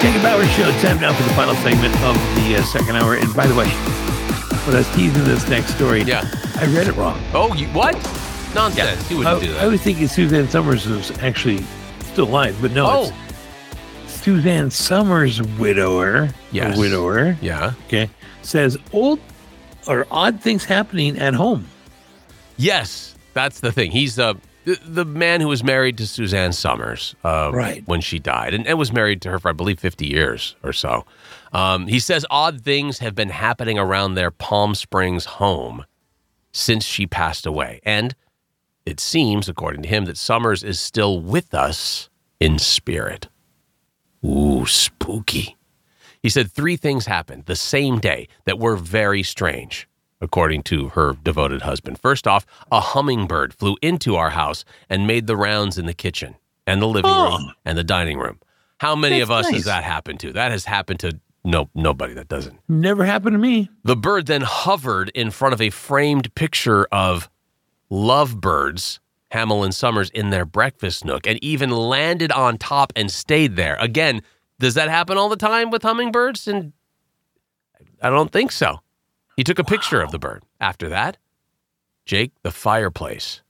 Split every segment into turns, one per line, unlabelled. Jacob Bauer Show. Time now for the final segment of the uh, second hour. And by the way, when I was teasing this next story,
Yeah.
I read it wrong.
Oh, you, what? Nonsense. He wouldn't
I,
do
I
that.
was thinking Suzanne Summers was actually still alive, but no,
Oh,
it's Suzanne Summers' widower, or
Yes.
widower,
yeah.
okay, says old or odd things happening at home.
Yes, that's the thing. He's uh, the the man who was married to Suzanne Summers, uh,
Right.
when she died, and, and was married to her for I believe fifty years or so. Um, he says odd things have been happening around their Palm Springs home since she passed away, and it seems, according to him, that Summers is still with us in spirit. Ooh, spooky. He said three things happened the same day that were very strange, according to her devoted husband. First off, a hummingbird flew into our house and made the rounds in the kitchen and the living room and the dining room. How many of us
That's
has
nice.
that happened to? That has happened to no nobody that doesn't.
Never happened to me.
The bird then hovered in front of a framed picture of lovebirds, Hamill and Summers, in their breakfast nook and even landed on top and stayed there. Again, does that happen all the time with hummingbirds? And I don't think so. He took a picture of the bird. After that, Jake, the fireplace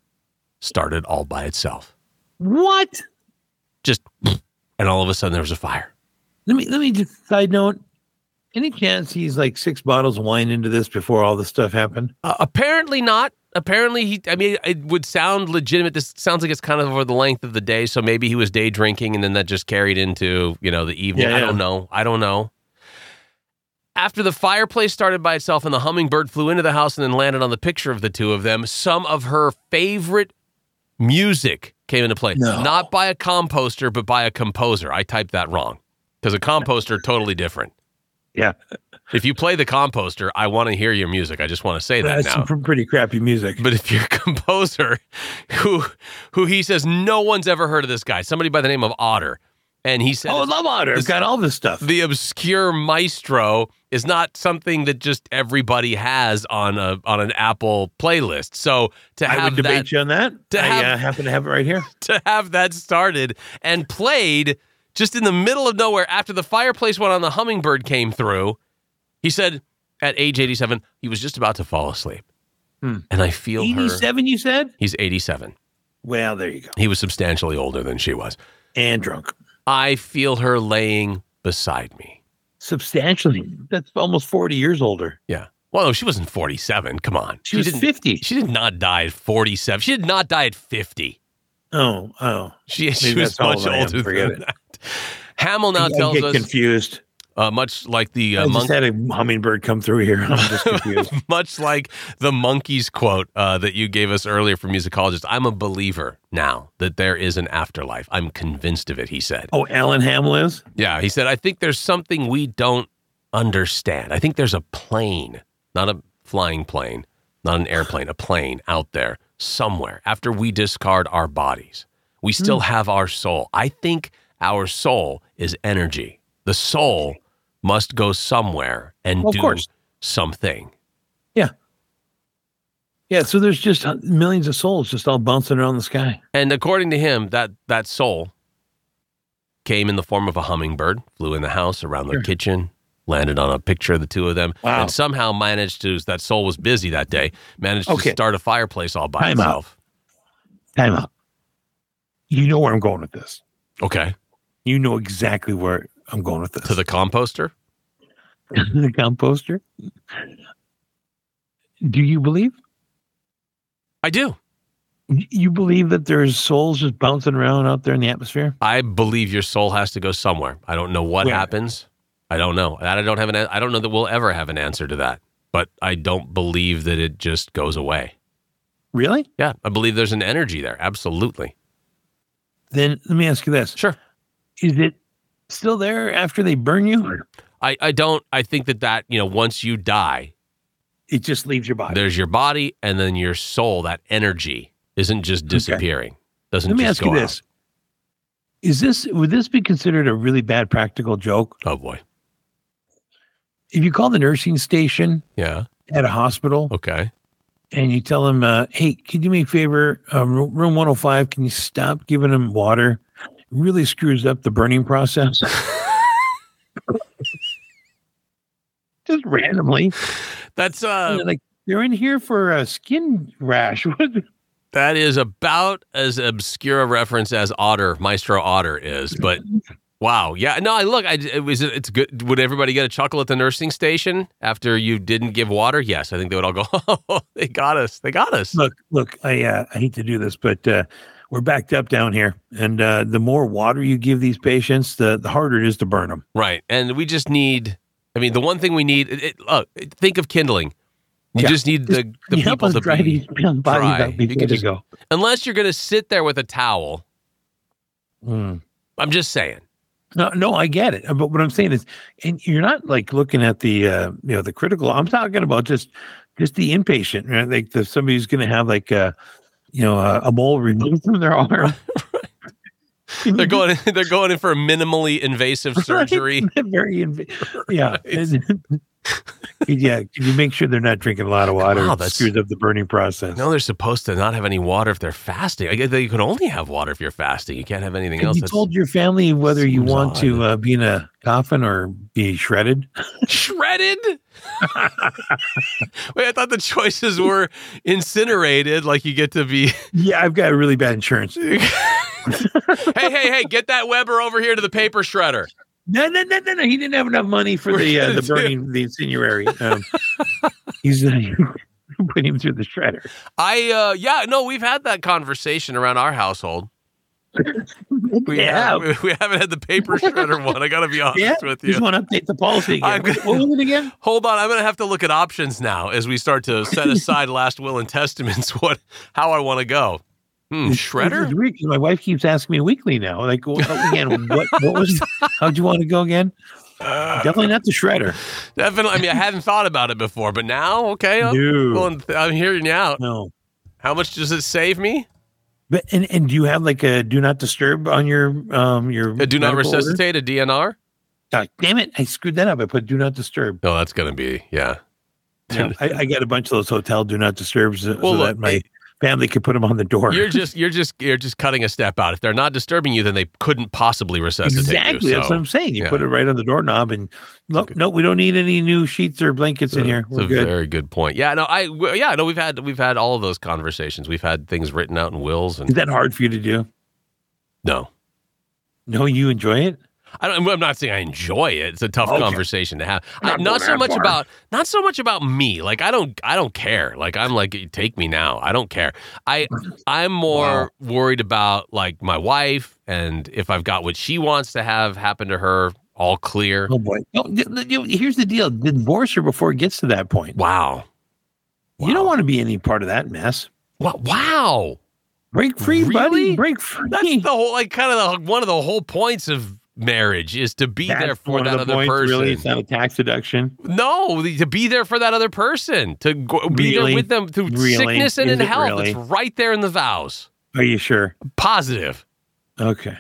started all by itself.
What?
Just, and all of a sudden there was a fire.
Let me let me just side note. Any chance he's like six bottles of wine into this before all this stuff happened?
Uh, apparently not. Apparently he. I mean, it would sound legitimate. This sounds like it's kind of over the length of the day, so maybe he was day drinking, and then that just carried into you know the evening.
Yeah,
I
yeah.
don't know. I don't know. After the fireplace started by itself and the hummingbird flew into the house and then landed on the picture of the two of them, some of her favorite music came into play.
No.
Not by a composter, but by a composer. I typed that wrong because a composter totally different.
Yeah,
If you play the composter, I want to hear your music. I just want to say that
that's
now.
some pr- pretty crappy music.
But if you're a composer who who he says no one's ever heard of this guy, somebody by the name of Otter, and he says
oh, Love Otter! It's got all this stuff.
the obscure maestro is not something that just everybody has on a on an Apple playlist. So to
I
have
would debate
that
you on that.
to
I
have-
uh, happen to have it right here.
to have that started and played just in the middle of nowhere after the fireplace went on the hummingbird came through he said at age 87 he was just about to fall asleep
Hmm.
and i feel her
Eighty-seven, you said?
he's 87
Well, there you go.
He was substantially older than she was.
And drunk,
I feel her laying beside me.
substantially. That's almost forty years older.
Yeah. Well, no, she wasn't 47. Come on.
She, was
didn't,
fifty.
She did not die at 47. She did not die at 50.
Oh, oh.
She, she
Maybe
was
that's how
much
old I am.
older
Forget
than that. Hamill now
I
tells
get
us,
confused.
uh, much like the
I
uh,
just
monk,
had a hummingbird come through here. I'm just confused.
much like the monkeys quote uh, that you gave us earlier from musicologist. I'm a believer now that there is an afterlife. I'm convinced of it. He said.
oh, Alan Hamill is.
Yeah, he said, I think there's something we don't understand. I think there's a plane, not a flying plane, not an airplane, a plane out there somewhere after we discard our bodies. We still
Hmm.
have our soul. I think our soul is energy. The soul must go somewhere and
Well, of
do
course.
something.
Yeah. So there's just uh, millions of souls just all bouncing around the sky.
And according to him, that that soul came in the form of a hummingbird, flew in the house around the
Sure.
kitchen, landed on a picture of the two of them,
Wow.
and somehow managed to that soul was busy that day, managed
Okay.
to start a fireplace all by
Time out.
itself.
Time out. You know where I'm going with this.
Okay.
You know exactly where I'm going with this.
To the composter?
the composter. Do you believe?
I do.
You believe that there's souls just bouncing around out there in the atmosphere?
I believe your soul has to go somewhere. I don't know what
Where?
happens. I don't know. That I don't have an an- I don't know that we'll ever have an answer to that. But I don't believe that it just goes away.
Really?
Yeah, I believe there's an energy there. Absolutely.
Then let me ask you this.
Sure.
Is it still there after they burn you?
I, I don't I think that that you know once you die
It just leaves your body.
there's your body and then your soul that energy isn't just disappearing doesn't
let me
just
ask
go
you
out.
this. Is this would this be considered a really bad practical joke?
oh boy
If you call the nursing station
yeah
at a hospital
okay
and you tell them, uh, "Hey, can you do me a favor? Um, ro- room 105, can you stop giving them water?" Really screws up the burning process. Just randomly.
That's uh,
And they're like they're in here for a skin rash. What the-
That is about as obscure a reference as Otter Maestro Otter is, but wow, yeah, no, I look, I it was it's good. Would everybody get a chuckle at the nursing station after you didn't give water? Yes, I think they would all go, oh, they got us, they got us.
look, look, I uh, I hate to do this, but uh, we're backed up down here, and uh, the more water you give these patients, the the harder it is to burn them.
Right, and we just need. I mean, the one thing we need. It, it, look, think of kindling. You
Yeah.
just need the the
you help
people
us
to
dry
be-
these bodies
dry.
out
You can
before they
just-
go.
unless you're going to sit there with a towel.
Mm.
I'm just saying.
No, no, I get it. uh, But what I'm saying is, and you're not like looking at the uh, you know the critical. I'm talking about just just the inpatient, right? Like the somebody who's going to have like uh you know a, a mole removed from their arm.
They're going. They're going in for a minimally invasive
Right.
surgery.
very, inv- yeah, Could- yeah. Could you make sure they're not drinking a lot of water?
Wow,
It
that's-
screws up the burning process.
No, they're supposed to not have any water if they're fasting. I guess they can only have water if you're fasting. You can't have anything
Have
else.
you
that's-
told your family whether you
Seems
want to uh, be in a coffin or be shredded?
shredded. Wait, I thought the choices were incinerated. Like you get to be.
Yeah, I've got really bad insurance.
hey, hey, hey! Get that Weber over here to the paper shredder.
No, no, no, no, no. He didn't have enough money for the uh, the burning, the incendiary. Um, he's uh, putting him through the shredder.
I uh yeah no we've had that conversation around our household. We
yeah,
have- we, we haven't had the paper shredder one. I got to be honest
Yeah.
with you.
just want to update the policy
I'm
again.
gonna-
What what was it again?
Hold on, I'm going to have to look at options now as we start to set aside last will and testaments. What, how I want to go? Hmm,
It's
shredder?
weird 'cause My wife keeps asking me weekly now. Like well, again, what what was? How'd you want to go again?
Uh,
Definitely not the shredder.
definitely. I mean, I hadn't thought about it before, but now, okay, I'm,
No,
going- I'm hearing you out.
no.
How much does it save me?
But and and do you have like a do not disturb on your um your
A Uh, do not
medical order?
resuscitate a DNR?
God, damn it! I screwed that up. I put do not disturb.
No, that's going to be yeah.
Yeah, I, I got a bunch of those hotel do not disturbs so,
Well,
so
look,
that my family could put them on the door.
You're just you're just you're just cutting a step out. If they're not disturbing you, then they couldn't possibly resuscitate
exactly.
you.
That's what I'm saying. You
yeah.
put it right on the doorknob, and no,
Okay.
no, we don't need any new sheets or blankets in here.
It's
We're
a
good.
very good point. Yeah, no, I w- yeah, no, we've had we've had all of those conversations. We've had things written out in wills
Is
and
that hard for you to do?
no.
No, you enjoy it.
I don't, I'm not saying I enjoy it. It's a tough
Okay.
conversation to have. I-
Not
Not,
going
so
that
much
far.
about not so much about me. Like I don't I don't care. Like I'm like take me now. I don't care. I I'm more worried about like my wife and if I've got what she wants to have happen to her all clear.
Oh boy. No, th- th- you- here's the deal: divorce her before it gets to that point.
Wow.
You don't
Wow.
want to be any part of that mess.
Wa- Wow.
Break free,
Really?
buddy. Break free.
That's the whole like kind of the one of the whole points of marriage is to be there
That's
for
one of
that
the
other
points,
person.
Really, it's not a tax deduction.
No, the- to be there for that other person, to go, be there
Really?
with them through
Really?
sickness and
Is
in
it
health.
really?
It's right there in the vows.
Are you sure?
Positive.
Okay.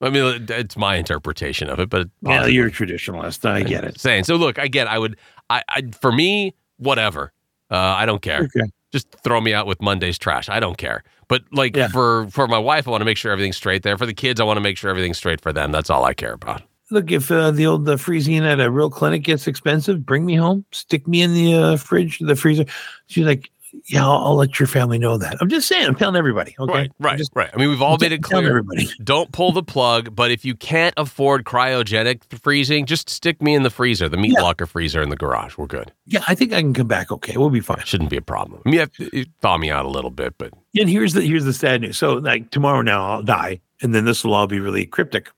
I mean, it's my interpretation of it, but
Well,
positive.
you're a traditionalist. I get it.
Saying so. Look, I get. I would. I. I for me, whatever. Uh, I don't care.
Okay.
just throw me out with Monday's trash. I don't care. But like
Yeah.
for for my wife, I want to make sure everything's straight there. For the kids, I want to make sure everything's straight for them. That's all I care about.
look if uh, the old the freezing at a real clinic gets expensive bring me home stick me in the uh, fridge the freezer she's like yeah I'll, I'll let your family know that i'm just saying i'm telling everybody okay
Right, right,
Just-
right. I mean, we've all made it
Tell
clear.
everybody
Don't pull the plug. But if you can't afford cryogenic freezing, just stick me in the freezer, the meat
Yeah.
locker freezer in the garage. We're good.
yeah i think i can come back okay we'll be fine
Shouldn't be a problem. I mean, you have to you thaw me out a little bit, but
and here's the here's the sad news so like tomorrow now i'll die and then this will all be really cryptic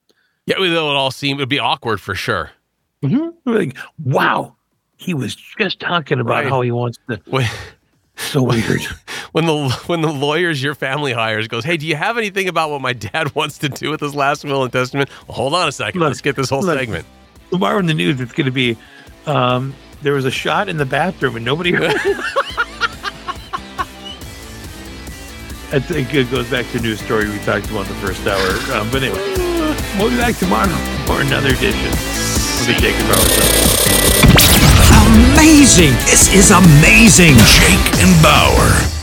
yeah, it would all seem it'd be awkward for sure.
We're like wow he was just talking about
Mm-hmm. Right.
how he wants to
When,
so weird
when the when the lawyers your family hires goes, hey, do you have anything about what my dad wants to do with his last will and testament? Well, hold on a second.
Look,
Let's get this whole
look.
segment.
tomorrow in the news it's going to be um, there was a shot in the bathroom and nobody heard it. I think it goes back to a news story we talked about in the first hour. Um, but anyway, we'll be back tomorrow for another edition of the Jacob Howard Show.
Amazing! This is amazing!
Jake and Bauer.